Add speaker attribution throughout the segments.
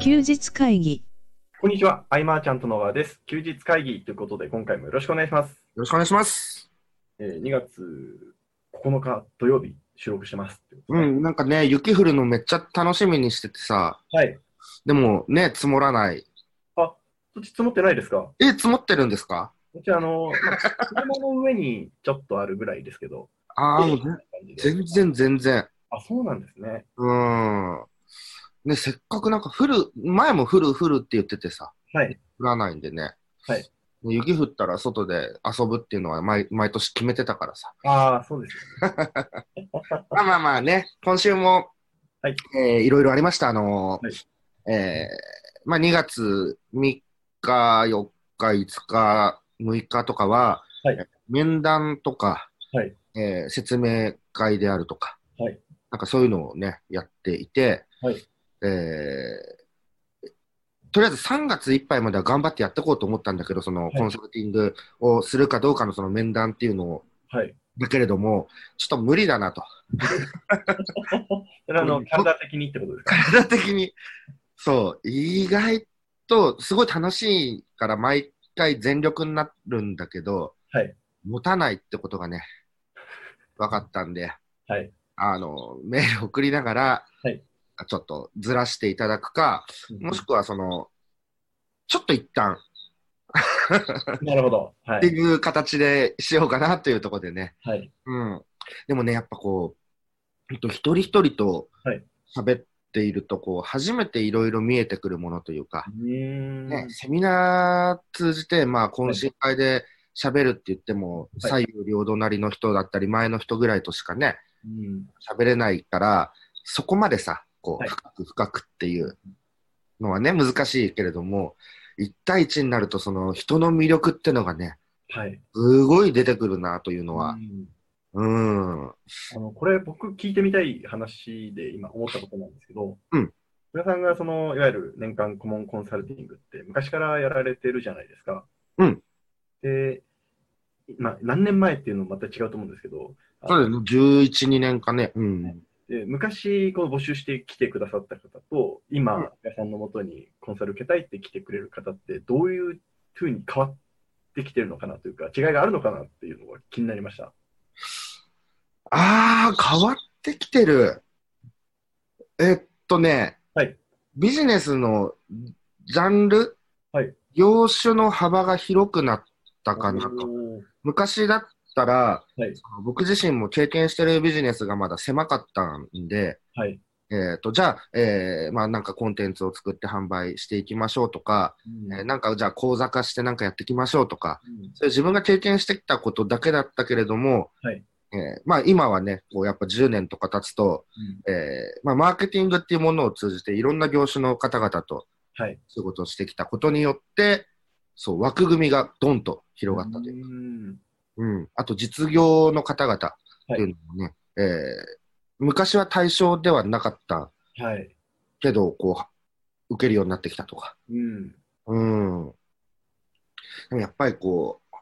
Speaker 1: 休日会議。
Speaker 2: こんにちは、アイマーちゃんと野川です。休日会議ということで、今回もよろしくお願いします。
Speaker 3: よろしくお願いします。
Speaker 2: えー2月9日土曜日、収録してます。
Speaker 3: うん、なんかね、雪降るのめっちゃ楽しみにしててさ、
Speaker 2: はい。
Speaker 3: でもね、積もらない。
Speaker 2: そっち積もってないですか
Speaker 3: え、積もってるんですか
Speaker 2: こっちあの、まあ車の上にちょっとあるぐらいですけど。
Speaker 3: ああ、もう
Speaker 2: 感じで
Speaker 3: 全然全然。
Speaker 2: あ、そうなんですね。
Speaker 3: うーん。ね、せっかくなんか降る、前も降る降るって言っててさ、
Speaker 2: はい。
Speaker 3: 降らないんでね。
Speaker 2: はい
Speaker 3: ね。雪降ったら外で遊ぶっていうのは毎毎年決めてたからさ。
Speaker 2: ああ、そうですよね。
Speaker 3: まあまあまあね、今週も、
Speaker 2: はい
Speaker 3: えーいろいろありました。あのー
Speaker 2: はい
Speaker 3: えーまあ、2月3日、4日、5日、6日とかは、
Speaker 2: はい
Speaker 3: えー面談とか、
Speaker 2: はい
Speaker 3: えー説明会であるとか、
Speaker 2: はい
Speaker 3: なんかそういうのをね、やっていて、
Speaker 2: はい
Speaker 3: えーとりあえず3月いっぱいまでは頑張ってやっていこうと思ったんだけど、その
Speaker 2: い
Speaker 3: コンサルティングをするかどうかのその面談っていうのを、
Speaker 2: はい。
Speaker 3: だけれども、ちょっと無理だなと。
Speaker 2: それあの、体的にってことですか
Speaker 3: 体的に。そう、意外と、すごい楽しいから、毎回全力になるんだけど、
Speaker 2: はい
Speaker 3: 持たないってことがね、分かったんで、
Speaker 2: はい。
Speaker 3: あの、メール送りながら、
Speaker 2: はい
Speaker 3: ちょっとずらしていただくか、もしくは、その、ちょっと一旦
Speaker 2: なるほど。は
Speaker 3: って
Speaker 2: い。
Speaker 3: いう形でしようかなというところでね、
Speaker 2: はい。
Speaker 3: うん、でもね、やっぱこう、ほんと一人一人と
Speaker 2: はい
Speaker 3: 喋っていると、こう初めていろいろ見えてくるものというか
Speaker 2: う、ーん。
Speaker 3: ね、セミナー通じて、まあ、懇親会で喋るって言っても、
Speaker 2: はい
Speaker 3: 左右両隣の人だったり、前の人ぐらいとしかね、
Speaker 2: うん。
Speaker 3: 喋れないから、そこまでさ、こ
Speaker 2: は
Speaker 3: う
Speaker 2: い
Speaker 3: 深く深くっていうのはね、難しいけれども、1対1になると、その人の魅力ってのがね、
Speaker 2: はい。
Speaker 3: すごい出てくるなというの
Speaker 2: う
Speaker 3: は、
Speaker 2: ん
Speaker 3: うん、
Speaker 2: あの、これ僕聞いてみたい話で今思ったことなんですけど、
Speaker 3: うん。
Speaker 2: 皆さんがその、いわゆる年間顧問コンサルティングって昔からやられてるじゃないですか。
Speaker 3: うん。
Speaker 2: で、まあ、何年前っていうのもまた違うと思うんですけど、あ
Speaker 3: そうだよね、11、2年かね。うん。
Speaker 2: で昔こう募集して来てくださった方と、今、
Speaker 3: うん
Speaker 2: 皆さんのもとにコンサル受けたいって来てくれる方って、どういうふうに変わってきてるのかなというか、違いがあるのかなっていうのが気になりました。
Speaker 3: ああ、変わってきてる。えっとね、
Speaker 2: はい
Speaker 3: ビジネスのジャンル、
Speaker 2: はい
Speaker 3: 業種の幅が広くなったかなと。
Speaker 2: おー
Speaker 3: 昔だったら、
Speaker 2: はい
Speaker 3: その僕自身も経験してるビジネスがまだ狭かったんで、
Speaker 2: はい。
Speaker 3: えっと、じゃあ、えーまあなんかコンテンツを作って販売していきましょうとか、
Speaker 2: うん
Speaker 3: えーなんかじゃあ講座化してなんかやっていきましょうとか、
Speaker 2: うん
Speaker 3: それ自分が経験してきたことだけだったけれども、
Speaker 2: はい
Speaker 3: えーまあ、今はね、こうやっぱ10年とか経つと、
Speaker 2: うん
Speaker 3: えーまあ、マーケティングっていうものを通じて、いろんな業種の方々と
Speaker 2: はい。
Speaker 3: 仕事をしてきたことによって、そう枠組みがどんと広がったという、
Speaker 2: うん
Speaker 3: うん、あと実業の方々っていうのもね、えー昔は対象ではなかった
Speaker 2: はい。
Speaker 3: けど、こう受けるようになってきたとか、
Speaker 2: うん。
Speaker 3: うん。でもやっぱりこう、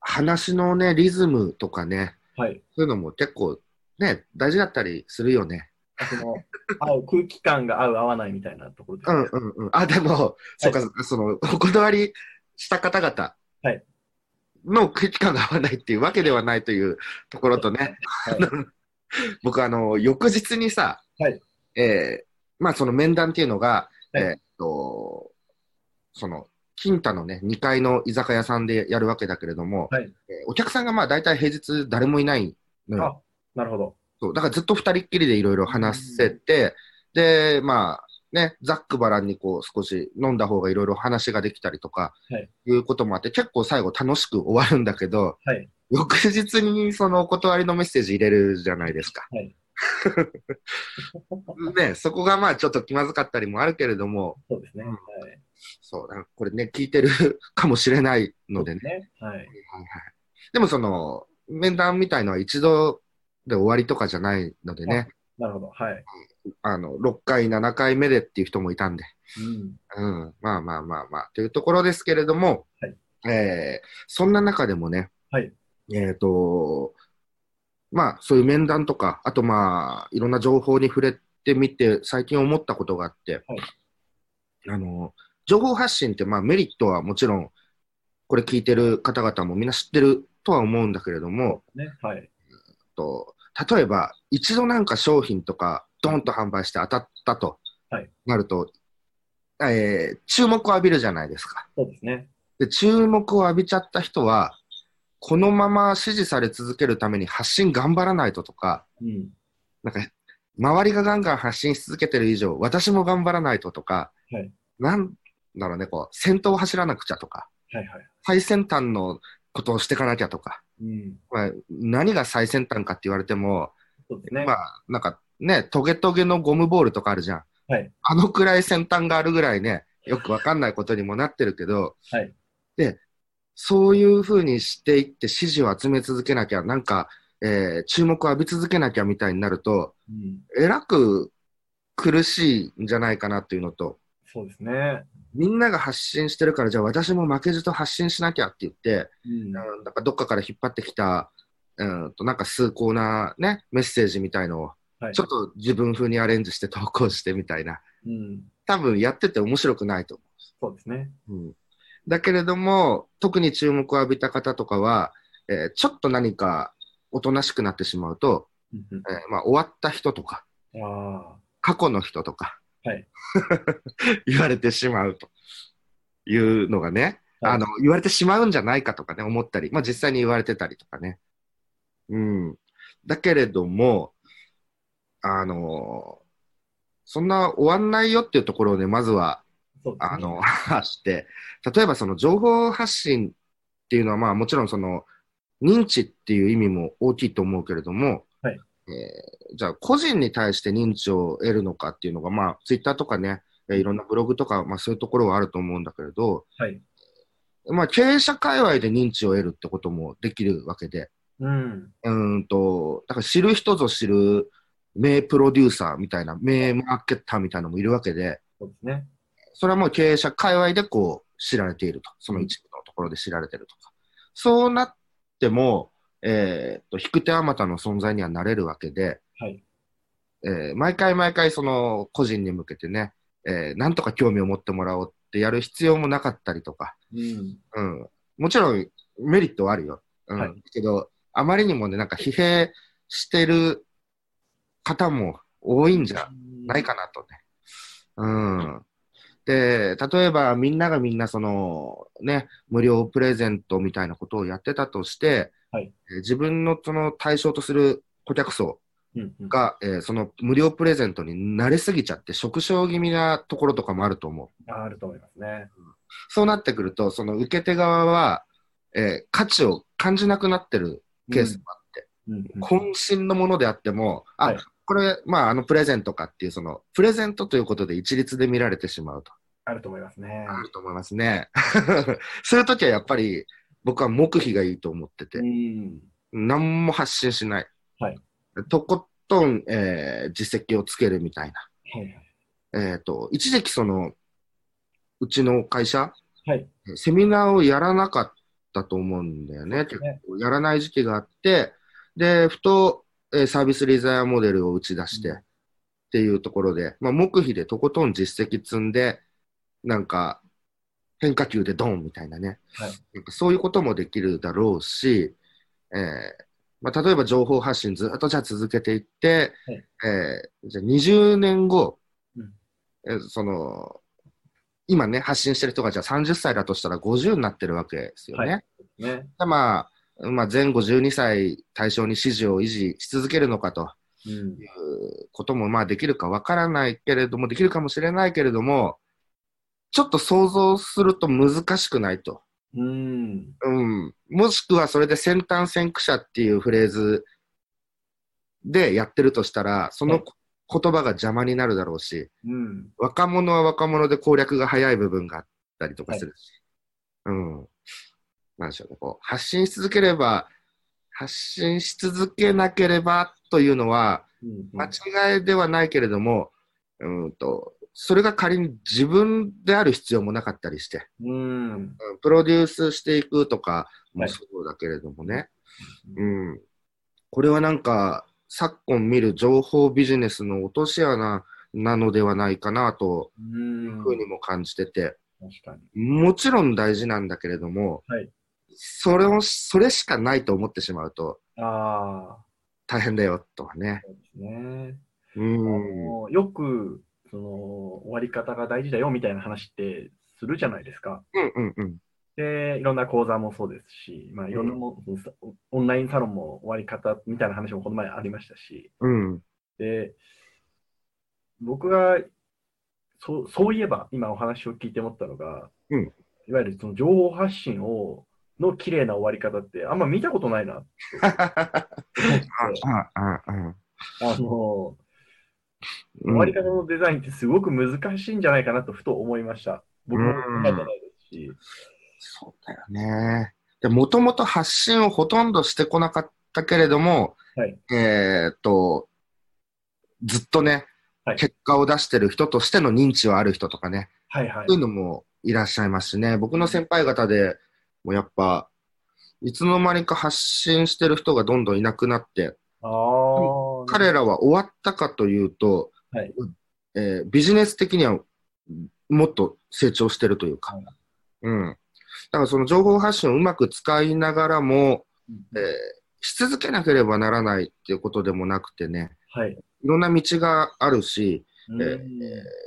Speaker 3: 話のね、リズムとかね、
Speaker 2: はい。
Speaker 3: そういうのも結構ね、大事だったりするよね。
Speaker 2: その、合う、空気感が合う、合わないみたいなところです
Speaker 3: う
Speaker 2: ね
Speaker 3: んうんうん。あ、でも、そうか、その、お断りした方々
Speaker 2: はい
Speaker 3: の空気感が合わないっていうわけではないというところとね、
Speaker 2: はい
Speaker 3: 僕、あの、翌日にさ、
Speaker 2: はい
Speaker 3: えーまあ、その面談っていうのが、
Speaker 2: はい
Speaker 3: えーっと、その、金太のね、2階の居酒屋さんでやるわけだけれども、
Speaker 2: はい
Speaker 3: えーお客さんがまあ、大体平日誰もいないのよ。
Speaker 2: あ、なるほど。
Speaker 3: そう、だからずっと二人っきりでいろいろ話せて、で、まあ、ね、ざっくばらんにこう少し飲んだ方がいろいろ話ができたりとか、
Speaker 2: はい
Speaker 3: いうこともあって、結構最後楽しく終わるんだけど、
Speaker 2: はい
Speaker 3: 翌日にそのお断りのメッセージ入れるじゃないですか。
Speaker 2: はい
Speaker 3: ね、そこがまあちょっと気まずかったりもあるけれども、
Speaker 2: そうですね。
Speaker 3: うん
Speaker 2: はい。
Speaker 3: そう、だからこれね、聞いてるかもしれないのでね。
Speaker 2: そうですね。はい。
Speaker 3: はいはい、でもその、面談みたいのは一度で終わりとかじゃないのでね、
Speaker 2: なるほど。はい。
Speaker 3: あの、6回、7回目でっていう人もいたんで、
Speaker 2: うん。
Speaker 3: うん、まあまあまあまあ、というところですけれども、
Speaker 2: はい
Speaker 3: えーそんな中でもね、
Speaker 2: はい
Speaker 3: えっ、と、まあ、そういう面談とか、あとまあ、いろんな情報に触れてみて、最近思ったことがあって、
Speaker 2: はい
Speaker 3: あの、情報発信って、まあ、メリットはもちろん、これ聞いてる方々もみんな知ってるとは思うんだけれども、
Speaker 2: ね。はい。
Speaker 3: と例えば、一度なんか商品とか、ドンと販売して当たったと、
Speaker 2: はい
Speaker 3: なると、えー注目を浴びるじゃないですか。
Speaker 2: そうですね。
Speaker 3: で、注目を浴びちゃった人は、このまま支持され続けるために発信頑張らないととか、
Speaker 2: うん。
Speaker 3: なんか、周りがガンガン発信し続けてる以上、私も頑張らないととか、
Speaker 2: はい
Speaker 3: なんだろうね、こう、先頭を走らなくちゃとか、
Speaker 2: はいはい。
Speaker 3: 最先端のことをしていかなきゃとか、
Speaker 2: うん。
Speaker 3: まあ、何が最先端かって言われても、
Speaker 2: そうですね。
Speaker 3: まあ、なんかね、トゲトゲのゴムボールとかあるじゃん。
Speaker 2: はい
Speaker 3: あのくらい先端があるぐらいね、よくわかんないことにもなってるけど、
Speaker 2: はい
Speaker 3: で、そういうふうにしていって支持を集め続けなきゃ、なんか、えー注目を浴び続けなきゃみたいになると、
Speaker 2: うん。
Speaker 3: えらく苦しいんじゃないかなっていうのと、
Speaker 2: そうですね。
Speaker 3: みんなが発信してるから、じゃあ私も負けじと発信しなきゃって言って、
Speaker 2: うん。
Speaker 3: うんなんかどっかから引っ張ってきた、うんと、なんか崇高なね、メッセージみたいのを、
Speaker 2: はい
Speaker 3: ちょっと自分風にアレンジして投稿してみたいな。
Speaker 2: うん。
Speaker 3: 多分やってて面白くないと
Speaker 2: そうですね。
Speaker 3: 思う。うん、だけれども、特に注目を浴びた方とかは、えーちょっと何かおとなしくなってしまうと、
Speaker 2: うんうん
Speaker 3: えーまあ、終わった人とか、
Speaker 2: あ
Speaker 3: 過去の人とか、
Speaker 2: はい
Speaker 3: 言われてしまうというのがね、
Speaker 2: はい
Speaker 3: あの言われてしまうんじゃないかとかね思ったり、まあ、実際に言われてたりとかね、うん、だけれどもあのそんな終わんないよっていうところをねまず
Speaker 2: あ。
Speaker 3: は
Speaker 2: そうですね。
Speaker 3: あの して例えばその情報発信っていうのはまあもちろんその認知っていう意味も大きいと思うけれども、
Speaker 2: はい
Speaker 3: えーじゃあ個人に対して認知を得るのかっていうのがまあツイッターとかねえーいろんなブログとか、まあ、そういうところはあると思うんだけれど、
Speaker 2: はい。
Speaker 3: まあ、経営者界隈で認知を得るってこともできるわけで、
Speaker 2: うん。
Speaker 3: うーんと、だから知る人ぞ知る名プロデューサーみたいな、名マーケッターみたいなのもいるわけで、
Speaker 2: そうですね。
Speaker 3: それはもう経営者界隈でこう知られていると、その一部のところで知られているとか、そうなっても、えーっと、引く手あまたの存在にはなれるわけで、
Speaker 2: はい
Speaker 3: えー毎回毎回その個人に向けてね、えーなんとか興味を持ってもらおうってやる必要もなかったりとか、
Speaker 2: うん。
Speaker 3: うん、もちろんメリットはあるよ。うん
Speaker 2: はい
Speaker 3: だけど、あまりにもね、なんか疲弊してる方も多いんじゃないかなとね。うん。で、例えばみんながみんなそのね、無料プレゼントみたいなことをやってたとして、
Speaker 2: はい
Speaker 3: えー自分のその対象とする顧客層
Speaker 2: うんうん。
Speaker 3: が、えーその無料プレゼントに慣れすぎちゃって、縮小気味なところとかもあると思う。
Speaker 2: あると思いますね。
Speaker 3: そうなってくると、その受け手側は、えー価値を感じなくなってるケースもあって、
Speaker 2: うんうん。
Speaker 3: 渾身のものであっても、あ、
Speaker 2: はい
Speaker 3: これ、まあ、あのプレゼントかっていう、その、プレゼントということで一律で見られてしまうと。
Speaker 2: あると思いますね。
Speaker 3: あると思いますね。 そういう時はやっぱり、僕は黙秘がいいと思ってて、
Speaker 2: うん。
Speaker 3: 何も発信しない。
Speaker 2: はい
Speaker 3: とことん、えー実績をつけるみたい
Speaker 2: はいはい。
Speaker 3: な。えっ、と、一時期その、うちの会社、
Speaker 2: はい。
Speaker 3: セミナーをやらなかったと思うんだよね。
Speaker 2: そうです
Speaker 3: 結
Speaker 2: ね
Speaker 3: 構やらない時期があって、で、ふと、えーサービスリザヤモデルを打ち出して、
Speaker 2: うん
Speaker 3: っていうところで、まあ、目費でとことん実績積んで、なんか、変化球でドンみたいなね、
Speaker 2: はい
Speaker 3: なんかそういうこともできるだろうし、えーまあ、例えば情報発信ずっとじゃあ続けていって、
Speaker 2: はい
Speaker 3: えーじゃあ20年後、
Speaker 2: うん
Speaker 3: えーその今ね、発信してる人がじゃあ30歳だとしたら50になってるわけですよね。
Speaker 2: はね。
Speaker 3: でまあ、まあ、前後12歳対象に支持を維持し続けるのかと
Speaker 2: うん。
Speaker 3: いうこともまあできるかわからないけれども、できるかもしれないけれども、ちょっと想像すると難しくないと。
Speaker 2: うん。
Speaker 3: うん。もしくはそれで先端先駆者っていうフレーズでやってるとしたら、その言葉が邪魔になるだろうし、
Speaker 2: うん。
Speaker 3: 若者は若者で攻略が早い部分があったりとかするし、うん。なんでしょうね、こう、発信し続ければ、発信し続けなければというのは、
Speaker 2: うん
Speaker 3: 間違いではないけれども、うんと、それが仮に自分である必要もなかったりして、
Speaker 2: うん。
Speaker 3: うんプロデュースしていくとかも
Speaker 2: はい
Speaker 3: そうだけれどもね、うん。これはなんか、昨今見る情報ビジネスの落とし穴なのではないかなと
Speaker 2: うん
Speaker 3: いうふうにも感じてて、
Speaker 2: 確かに。
Speaker 3: もちろん大事なんだけれども、
Speaker 2: はい
Speaker 3: それを、それしかないと思ってしまうと
Speaker 2: ああ、
Speaker 3: 大変だよとはね。
Speaker 2: そうですね。あ
Speaker 3: うん。
Speaker 2: のよく、その、終わり方が大事だよみたいな話ってするじゃないですか。
Speaker 3: うんうん うん。
Speaker 2: で、いろんな講座もそうですし、まあ、いろんなも、さオンラインサロンも終わり方みたいな話もこの前ありましたし、
Speaker 3: うん。
Speaker 2: で、僕が、そうそういえば、今お話を聞いて思ったのが、
Speaker 3: うん
Speaker 2: いわゆるその情報発信をの綺麗な終わり方って、あんま見たことないなって思って
Speaker 3: ああ あ
Speaker 2: あの、
Speaker 3: うん
Speaker 2: 終わり方のデザインってすごく難しいんじゃないかなとふと思いました。僕も
Speaker 3: うん
Speaker 2: 考えたないですし、
Speaker 3: そうだよね。で、もともと発信をほとんどしてこなかったけれども、
Speaker 2: はい
Speaker 3: えーっと、ずっとね、
Speaker 2: はい
Speaker 3: 結果を出してる人としての認知はある人とかね、
Speaker 2: はいはい
Speaker 3: そうい。うのもいらっしゃいますしね、僕の先輩方でもうやっぱ、いつの間にか発信してる人がどんどんいなくなって、
Speaker 2: ああ、
Speaker 3: 彼らは終わったかというと、
Speaker 2: はい
Speaker 3: えービジネス的にはもっと成長してるというか、
Speaker 2: はい
Speaker 3: うん、だからその情報発信をうまく使いながらも、え
Speaker 2: うん
Speaker 3: ーし続けなければならないっていうことでもなくてね、
Speaker 2: はい。
Speaker 3: いろんな道があるし、
Speaker 2: うん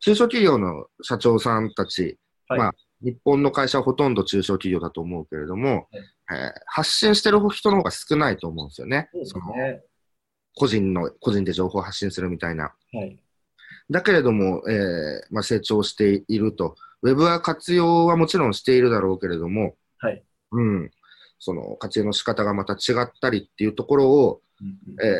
Speaker 3: 中小企業の社長さんたち、
Speaker 2: はい
Speaker 3: まあ、日本の会社はほとんど中小企業だと思うけれども、
Speaker 2: はい
Speaker 3: えー発信してる人の方が少ないと思うんですよね。
Speaker 2: そうです
Speaker 3: の
Speaker 2: ね。
Speaker 3: 個人の、個人で情報を発信するみたいな。
Speaker 2: はい。
Speaker 3: だけれども、えーまあ、成長していると。ウェブは活用はもちろんしているだろうけれども、
Speaker 2: はい
Speaker 3: うん、その活用の仕方がまた違ったりっていうところを、
Speaker 2: うんうん
Speaker 3: えー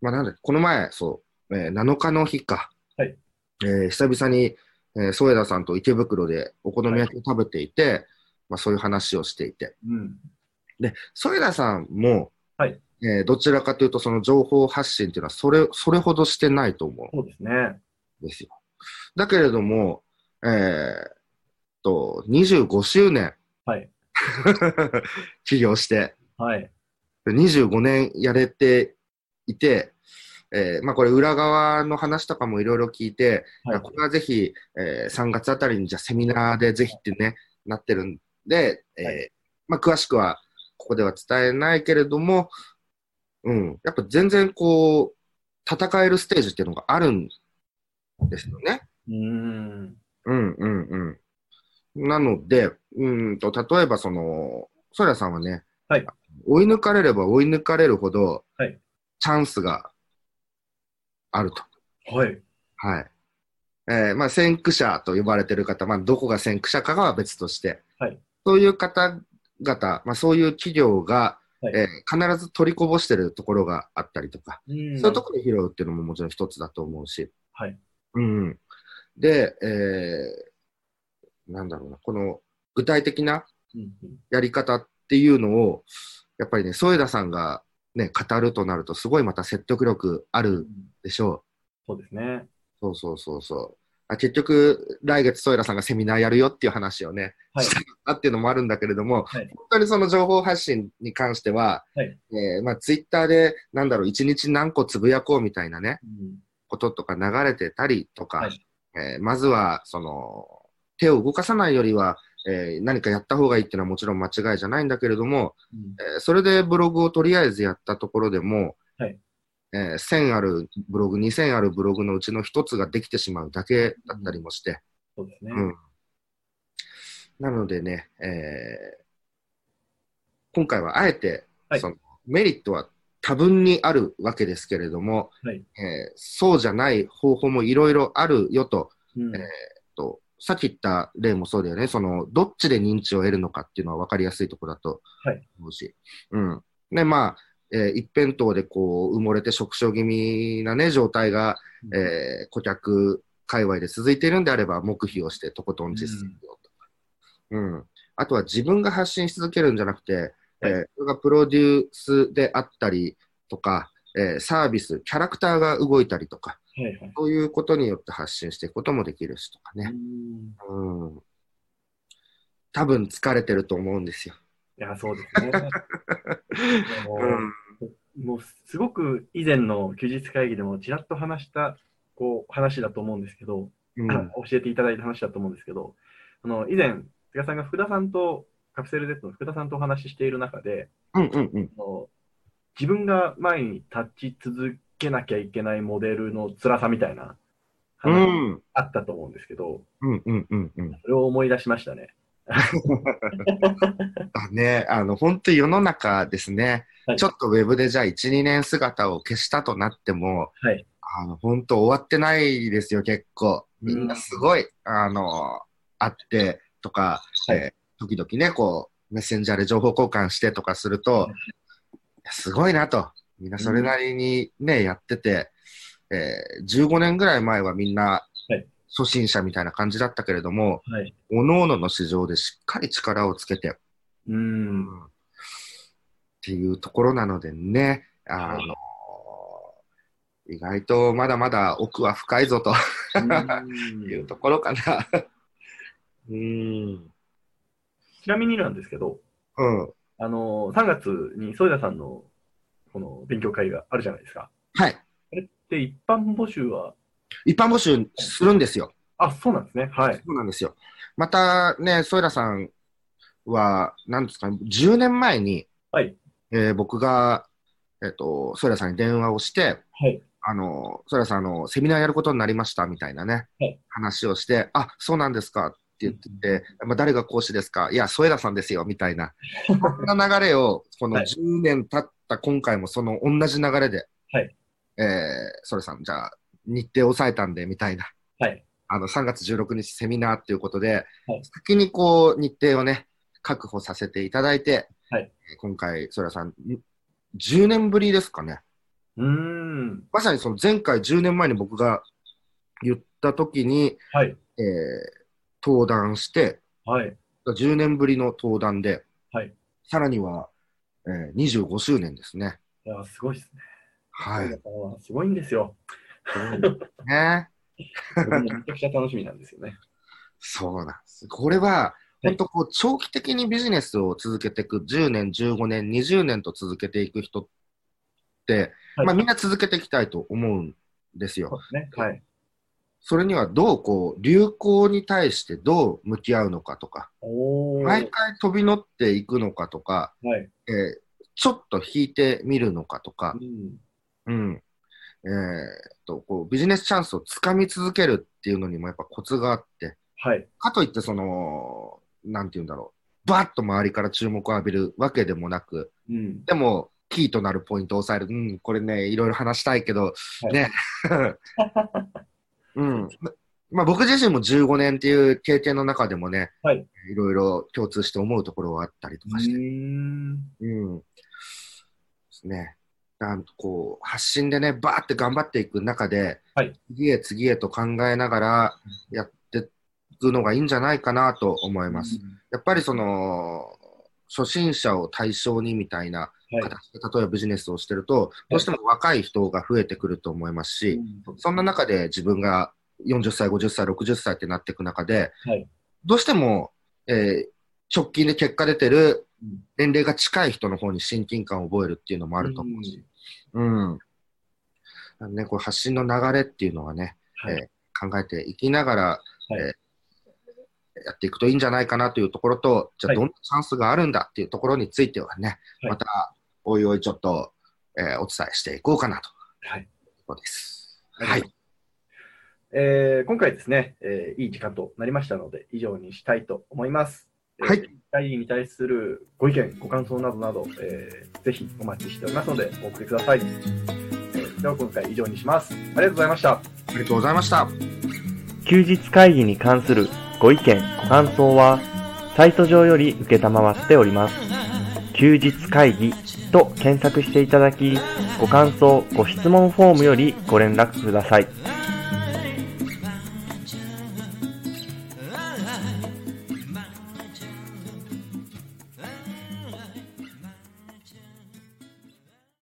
Speaker 3: まあ、なんだこの前、そう、えー7日の日か、
Speaker 2: はい
Speaker 3: えー久々に、えー、添田さんと池袋でお好み焼きを食べていて、まあ、そういう話をしていて、
Speaker 2: うん。
Speaker 3: で、添田さんも、
Speaker 2: はい
Speaker 3: えーどちらかというと、その情報発信っていうのはそれ、それほどしてないと思う。
Speaker 2: そうですね。
Speaker 3: ですよ。だけれども、えーっと、25周年、
Speaker 2: はい。
Speaker 3: 起業して、
Speaker 2: はい。
Speaker 3: 25年やれていて、えーまあこれ裏側の話とかもいろいろ聞いて、
Speaker 2: はい。
Speaker 3: これはぜひ、えー3月あたりにじゃあセミナーでぜひってね、なってるんで、えー
Speaker 2: はい
Speaker 3: まあ詳しくはここでは伝えないけれども、うん、やっぱ全然こう、戦えるステージっていうのがあるんですよね。
Speaker 2: うん。
Speaker 3: うんうんうん。なので、うんと、例えばその、ソラさんはね、
Speaker 2: はい
Speaker 3: 追い抜かれれば追い抜かれるほど、
Speaker 2: はい
Speaker 3: チャンスがあると。
Speaker 2: はい。
Speaker 3: はい。えーまあ、先駆者と呼ばれてる方、まあ、どこが先駆者かは別として、
Speaker 2: はい
Speaker 3: そういう方々、まあ、そういう企業が、
Speaker 2: はい
Speaker 3: えー必ず取りこぼしてるところがあったりとか、
Speaker 2: うん
Speaker 3: そういうところで拾うっていうのももちろん一つだと思うし。
Speaker 2: はい。
Speaker 3: うん。で、えー、なんだろうな、この具体的な
Speaker 2: うんうん
Speaker 3: やり方っていうのを、やっぱりね、添田さんがね、語るとなると、すごいまた説得力あ
Speaker 2: う
Speaker 3: る
Speaker 2: ん
Speaker 3: でしょ
Speaker 2: そうですね。
Speaker 3: う。そうそうそうそう。あ結局、来月添田さんがセミナーやるよっていう話をね、
Speaker 2: はい
Speaker 3: したあっていうのもあるんだけれども、
Speaker 2: はい
Speaker 3: 本当にその情報発信に関しては、
Speaker 2: はい
Speaker 3: えーまあ、ツイッターで、なんだろう、一日何個つぶやこうみたいなね、
Speaker 2: うん
Speaker 3: こととか流れてたりとか、
Speaker 2: はい
Speaker 3: えーまずはその手を動かさないよりは、えー何かやった方がいいっていうのはもちろん間違いじゃないんだけれども、
Speaker 2: うん
Speaker 3: えーそれでブログをとりあえずやったところでも、
Speaker 2: はい
Speaker 3: えー1000あるブログ、2000あるブログのうちの1つができてしまうだけだったりもして、
Speaker 2: そうですね。
Speaker 3: うんなのでね、えー今回はあえて、
Speaker 2: はい
Speaker 3: そのメリットは多分にあるわけですけれども、
Speaker 2: はい
Speaker 3: えーそうじゃない方法もいろいろあるよと
Speaker 2: うん
Speaker 3: えーと、さっき言った例もそうだよね、そのどっちで認知を得るのかっていうのは分かりやすいところだと
Speaker 2: はい
Speaker 3: 思うし、うんでまあえー一辺倒でこう埋もれて縮小気味な、ね、状態が、えー顧客界隈で続いているんであれば、黙秘をしてとことん実践をとか、うんあとは自分が発信し続けるんじゃなくて、えーそれがプロデュースであったりとか、えーサービス、キャラクターが動いたりとか、
Speaker 2: はいはい。
Speaker 3: そういうことによって発信していくこともできるしとかね。
Speaker 2: うん
Speaker 3: うん多分疲れてると思うんですよ。
Speaker 2: いや、そうです ね。あのもうすごく以前の休日会議でもちらっと話したこう、話だと思うんですけど、
Speaker 3: うん。
Speaker 2: 教えていただいた話だと思うんですけど、あの、以前、菅さんが福田さんと、カプセル Z の福田さんとお話ししている中で、
Speaker 3: うんうんうん。
Speaker 2: あの自分が前に立ち続けなきゃいけないモデルの辛さみたいな
Speaker 3: う
Speaker 2: 話が
Speaker 3: ん。
Speaker 2: あったと思うんですけど、
Speaker 3: うんうんうんうん。
Speaker 2: それを思い出しましたね。
Speaker 3: だね、あの、本当世の中ですね、
Speaker 2: はい
Speaker 3: ちょっとウェブでじゃあ1、2年姿を消したとなっても、
Speaker 2: はい
Speaker 3: あの本当終わってないですよ、結構。みんなすごい、あの、あってとか、
Speaker 2: はい
Speaker 3: えー時々ね、こう、メッセンジャーで情報交換してとかすると、いやすごいなと。みんなそれなりにね、やってて、えー15年ぐらい前はみんな
Speaker 2: はい、
Speaker 3: 初心者みたいな感じだったけれども、
Speaker 2: はい。
Speaker 3: 各々の市場でしっかり力をつけて、
Speaker 2: うーん。
Speaker 3: っていうところなのでね、あの、意外とまだまだ奥は深いぞというところかな。うん。
Speaker 2: ちなみになんですけど、
Speaker 3: うん。
Speaker 2: あの、3月に添田さんの、この勉強会があるじゃないですか。
Speaker 3: はい。
Speaker 2: で、一般募集は、
Speaker 3: 一般募集するんですよ。
Speaker 2: あ、そうなんですね。はい。
Speaker 3: そうなんですよ。またね、ソイラさんは、なんですかね、10年前に、
Speaker 2: はい。
Speaker 3: えー僕が、えっ、と、ソイラさんに電話をして、
Speaker 2: はい。
Speaker 3: あの、そらさん、あの、セミナーやることになりましたみたいなね、
Speaker 2: はい
Speaker 3: 話をして、あ、そうなんですかって言ってて、まあ、誰が講師ですかいや、添田さんですよ、みたいな。こんな流れを、この
Speaker 2: はい
Speaker 3: 10年経った今回もその同じ流れで、
Speaker 2: はい
Speaker 3: えー、それさん、じゃあ、日程抑えたんで、みたいな。
Speaker 2: はい。
Speaker 3: あの、3月16日セミナーっていうことで、
Speaker 2: はい
Speaker 3: 先にこう、日程をね、確保させていただいて、
Speaker 2: はい
Speaker 3: 今回、そらさん、10年ぶりですかね。
Speaker 2: うーん。
Speaker 3: まさにその前回10年前に僕が言った時に、
Speaker 2: はい。
Speaker 3: えー登壇して、
Speaker 2: はい。
Speaker 3: 10年ぶりの登壇で、
Speaker 2: はい
Speaker 3: さらには、えー25周年ですね。
Speaker 2: いや、すごいですね。
Speaker 3: は
Speaker 2: 添田さんはすごいんですよ。
Speaker 3: い。ね、
Speaker 2: 僕もめちゃくちゃ楽しみなんですよね。
Speaker 3: そうなんです。これは、
Speaker 2: い
Speaker 3: 本当こう、長期的にビジネスを続けていく、10年、15年、20年と続けていく人って、
Speaker 2: はい
Speaker 3: まあ、みんな続けていきたいと思うんですよ
Speaker 2: そ。うですね。はい。
Speaker 3: それにはどうこう、流行に対してどう向き合うのかとか、
Speaker 2: おー。
Speaker 3: 毎回飛び乗っていくのかとか、
Speaker 2: はい。
Speaker 3: えーちょっと引いてみるのかとか
Speaker 2: う、ん。
Speaker 3: うんえーっとこうビジネスチャンスをつかみ続けるっていうのにもやっぱコツがあって、
Speaker 2: はい。
Speaker 3: かといってその、なんて言うんだろう、バッと周りから注目を浴びるわけでもなく、
Speaker 2: うん。
Speaker 3: でも、キーとなるポイントを抑える、うん、これね、いろいろ話したいけ
Speaker 2: は
Speaker 3: ど、
Speaker 2: い
Speaker 3: ね、 うんまあ、僕自身も15年っていう経験の中でもね、
Speaker 2: はい、
Speaker 3: ろいろ共通して思うところはあったりと
Speaker 2: う
Speaker 3: かして。
Speaker 2: ーん。
Speaker 3: うん。ですね。なんとこう、発信でね、バーって頑張っていく中で、
Speaker 2: はい
Speaker 3: 次へ次へと考えながらやっていくのがいいんじゃないかなと思います。やっぱりその、初心者を対象にみたいな
Speaker 2: はい
Speaker 3: 形で、例えばビジネスをしてると、どうしても若い人が増えてくると思いますし、
Speaker 2: うん
Speaker 3: そんな中で自分が40歳、50歳、60歳ってなっていく中で、
Speaker 2: はい
Speaker 3: どうしても、えー直近で結果出てる
Speaker 2: うん
Speaker 3: 年齢が近い人の方に親近感を覚えるっていうのもあると思うし、うん。なんでね、こう発信の流れっていうのはね、
Speaker 2: はい
Speaker 3: えー考えていきながら、
Speaker 2: はい
Speaker 3: えーやっていくといいんじゃないかなというところと、じゃ
Speaker 2: は
Speaker 3: あ
Speaker 2: い
Speaker 3: どんなチャンスがあるんだっていうところについてはね、
Speaker 2: はい
Speaker 3: またおいおいちょっと、えーお伝えしていこうかなと
Speaker 2: はい。
Speaker 3: いうことです。
Speaker 2: はい。えー今回ですね、えーいい時間となりましたので、以上にしたいと思います。えー
Speaker 3: はい
Speaker 2: 会議に対するご意見、ご感想などなど、えーぜひお待ちしておりますので、お送りください。えーでは今回以上にします。ありがとうございました。
Speaker 3: ありがとうございました。
Speaker 1: 休日会議に関するご意見、ご感想は、サイト上より受けたまわっております。休日会議と検索していただき、ご感想、ご質問フォームよりご連絡ください。